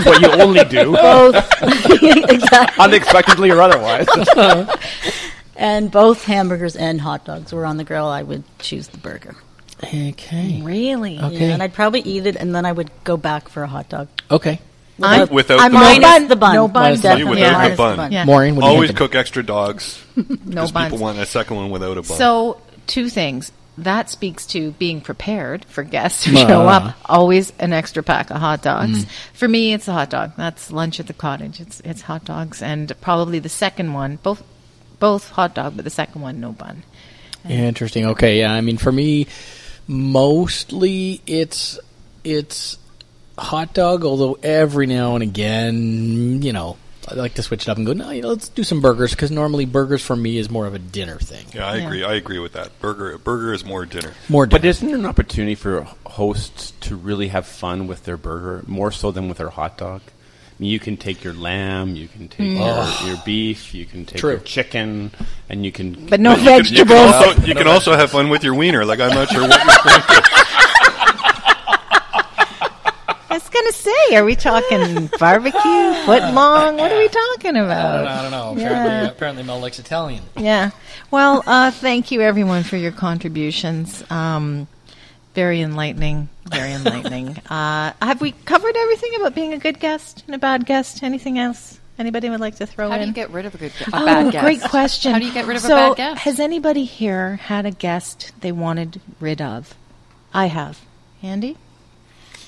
[SPEAKER 6] what you only do,
[SPEAKER 5] both exactly,
[SPEAKER 6] unexpectedly or otherwise.
[SPEAKER 5] and both hamburgers and hot dogs were on the grill, I would choose the burger.
[SPEAKER 4] Okay.
[SPEAKER 2] Really?
[SPEAKER 5] Yeah,
[SPEAKER 4] Okay.
[SPEAKER 5] and I'd probably eat it, and then I would go back for a hot dog.
[SPEAKER 4] Okay.
[SPEAKER 2] I'm,
[SPEAKER 7] Without
[SPEAKER 2] I'm
[SPEAKER 7] the
[SPEAKER 2] on
[SPEAKER 7] bun.
[SPEAKER 5] Minus the bun.
[SPEAKER 2] No bun.
[SPEAKER 4] Minus the bun.
[SPEAKER 2] definitely.
[SPEAKER 7] Without
[SPEAKER 2] Yeah.
[SPEAKER 7] the bun.
[SPEAKER 2] Yeah.
[SPEAKER 4] Maureen. What are you
[SPEAKER 7] Always
[SPEAKER 4] thinking?
[SPEAKER 7] cook extra dogs
[SPEAKER 2] No
[SPEAKER 7] because people
[SPEAKER 2] buns.
[SPEAKER 7] want a second one without a bun.
[SPEAKER 2] So, two things. That speaks to being prepared for guests who
[SPEAKER 4] Well, Mm-hmm.
[SPEAKER 2] show
[SPEAKER 4] uh,
[SPEAKER 2] up. Always an extra pack of hot dogs. For me, it's a hot dog. That's lunch at the cottage. It's it's hot dogs and probably the second one, both both hot dog, but the second one no bun.
[SPEAKER 4] Interesting. Okay, yeah. I mean, for me, mostly it's it's hot dog. Although every now and again, you know, I like to switch it up and go. No, you know, let's do some burgers because normally burgers for me is more of a dinner thing.
[SPEAKER 7] Yeah, I agree. I agree with that. Burger burger is more dinner.
[SPEAKER 4] More dinner.
[SPEAKER 6] But isn't there an opportunity for hosts to really have fun with their burger more so than with their hot dog? I mean, you can take your lamb, you can take your, your beef, you can take
[SPEAKER 4] True.
[SPEAKER 6] your chicken, and you can.
[SPEAKER 2] But no
[SPEAKER 7] You can,
[SPEAKER 2] vegetables.
[SPEAKER 7] also, you can also have fun with your wiener. Like I'm not sure what.
[SPEAKER 2] I was going to say? Are we talking barbecue, foot long? What are we talking
[SPEAKER 4] I don't
[SPEAKER 2] about?
[SPEAKER 4] know. I don't know.
[SPEAKER 2] Yeah.
[SPEAKER 4] Apparently, apparently Mel likes Italian.
[SPEAKER 2] Yeah. Well, uh, thank you everyone for your contributions. Um, very enlightening. Very enlightening. uh, have we covered everything about being a good guest and a bad guest? Anything else? Anybody would like to throw
[SPEAKER 3] How
[SPEAKER 2] in?
[SPEAKER 3] do you get rid of a good gu- a
[SPEAKER 2] Oh,
[SPEAKER 3] bad guest?
[SPEAKER 2] great question.
[SPEAKER 3] How do you get rid of
[SPEAKER 2] so
[SPEAKER 3] a bad guest?
[SPEAKER 2] Has anybody here had a guest they wanted rid of? I have. Andy?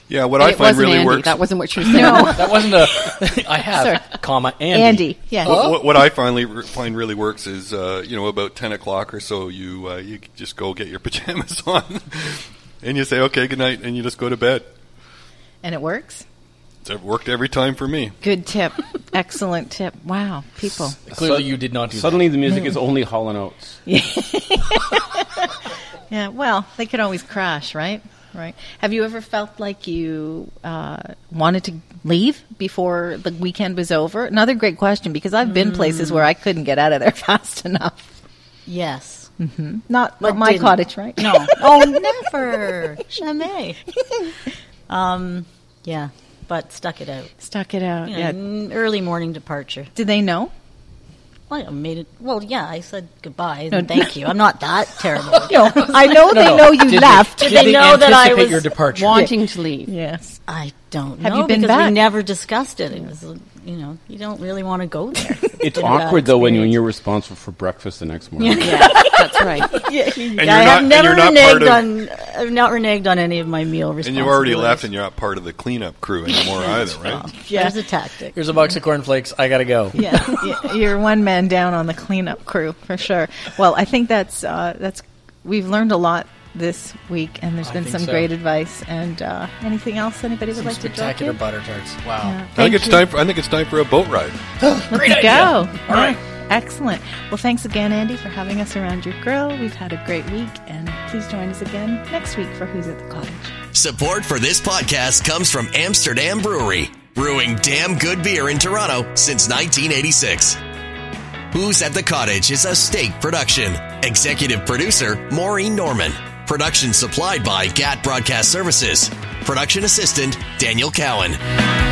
[SPEAKER 7] Yeah, what
[SPEAKER 3] It
[SPEAKER 7] I find
[SPEAKER 3] wasn't
[SPEAKER 7] really
[SPEAKER 3] Andy.
[SPEAKER 7] works.
[SPEAKER 3] That wasn't what you were saying. No.
[SPEAKER 4] That wasn't a. I have, comma, Andy.
[SPEAKER 2] Andy. Yeah.
[SPEAKER 7] What, what, what I finally re- find really works is, uh, you know, about ten o'clock or so, you uh, you just go get your pajamas on, and you say, "Okay, good night," and you just go to bed.
[SPEAKER 2] And it works?
[SPEAKER 7] It's worked every time for me.
[SPEAKER 2] Good tip. Excellent tip. Wow. People.
[SPEAKER 4] Clearly, you did not do
[SPEAKER 6] Suddenly, the music is only Hall and Oates.
[SPEAKER 2] Yeah, well, they could always crash, right? Right. Have you ever felt like you uh, wanted to leave before the weekend was over? Another great question because I've been places where I couldn't get out of there fast enough.
[SPEAKER 5] Yes.
[SPEAKER 2] Not
[SPEAKER 5] But
[SPEAKER 2] like my
[SPEAKER 5] didn't.
[SPEAKER 2] cottage, right?
[SPEAKER 5] No. oh, never. Jamais. Um, yeah, but stuck it out.
[SPEAKER 2] Stuck it out.
[SPEAKER 5] You know,
[SPEAKER 2] Yeah.
[SPEAKER 5] n- Early morning departure.
[SPEAKER 2] Did they know?
[SPEAKER 5] Well, I made it. Well, yeah, I said goodbye. and thank you. I'm not that terrible.
[SPEAKER 2] No, I know they know you
[SPEAKER 4] Did
[SPEAKER 2] left.
[SPEAKER 4] Did
[SPEAKER 5] They
[SPEAKER 4] they
[SPEAKER 5] know that I
[SPEAKER 4] anticipate
[SPEAKER 5] was
[SPEAKER 4] your departure?
[SPEAKER 3] Wanting to leave.
[SPEAKER 2] Yes.
[SPEAKER 5] I don't
[SPEAKER 2] Have
[SPEAKER 5] know
[SPEAKER 2] you been
[SPEAKER 5] because
[SPEAKER 2] back?
[SPEAKER 5] we never discussed it. It was, you know, you don't really want to go there.
[SPEAKER 6] It's
[SPEAKER 5] Been a bad
[SPEAKER 6] awkward though when you- when
[SPEAKER 5] experience.
[SPEAKER 6] you're responsible for breakfast the next morning.
[SPEAKER 3] Yeah, that's right.
[SPEAKER 7] And
[SPEAKER 5] I have
[SPEAKER 7] and
[SPEAKER 5] never
[SPEAKER 7] not part
[SPEAKER 5] reneged
[SPEAKER 7] of-
[SPEAKER 5] on. I've not reneged on any of my meal
[SPEAKER 7] And
[SPEAKER 5] responsibilities.
[SPEAKER 7] you already left, and you're not part of the cleanup crew anymore either, right?
[SPEAKER 5] Yeah. There's a tactic.
[SPEAKER 4] Here's a box of cornflakes. I gotta go.
[SPEAKER 2] Yeah. Y- You're one man down on the cleanup crew for sure. Well, I think that's uh, that's we've learned a lot this week, and there's
[SPEAKER 4] I
[SPEAKER 2] been
[SPEAKER 4] think
[SPEAKER 2] some
[SPEAKER 4] so.
[SPEAKER 2] great advice. And uh, anything else anybody would
[SPEAKER 4] Some
[SPEAKER 2] like to drop
[SPEAKER 4] spectacular
[SPEAKER 2] in?
[SPEAKER 4] butter tarts. Wow.
[SPEAKER 2] Yeah.
[SPEAKER 7] I think
[SPEAKER 2] Thank
[SPEAKER 7] it's
[SPEAKER 2] you.
[SPEAKER 7] time. For, I think it's time for a boat ride.
[SPEAKER 2] Let's
[SPEAKER 4] Great
[SPEAKER 2] go.
[SPEAKER 4] idea. All
[SPEAKER 2] Yeah.
[SPEAKER 4] right.
[SPEAKER 2] Excellent. Well, thanks again, Andy, for having us around your grill. We've had a great week, and please join us again next week for Who's at the Cottage.
[SPEAKER 1] Support for this podcast comes from Amsterdam Brewery, brewing damn good beer in Toronto since 1986. Who's at the Cottage is a steak production. Executive producer Maureen Norman. Production supplied by GAT Broadcast Services. Production assistant Daniel Cowan.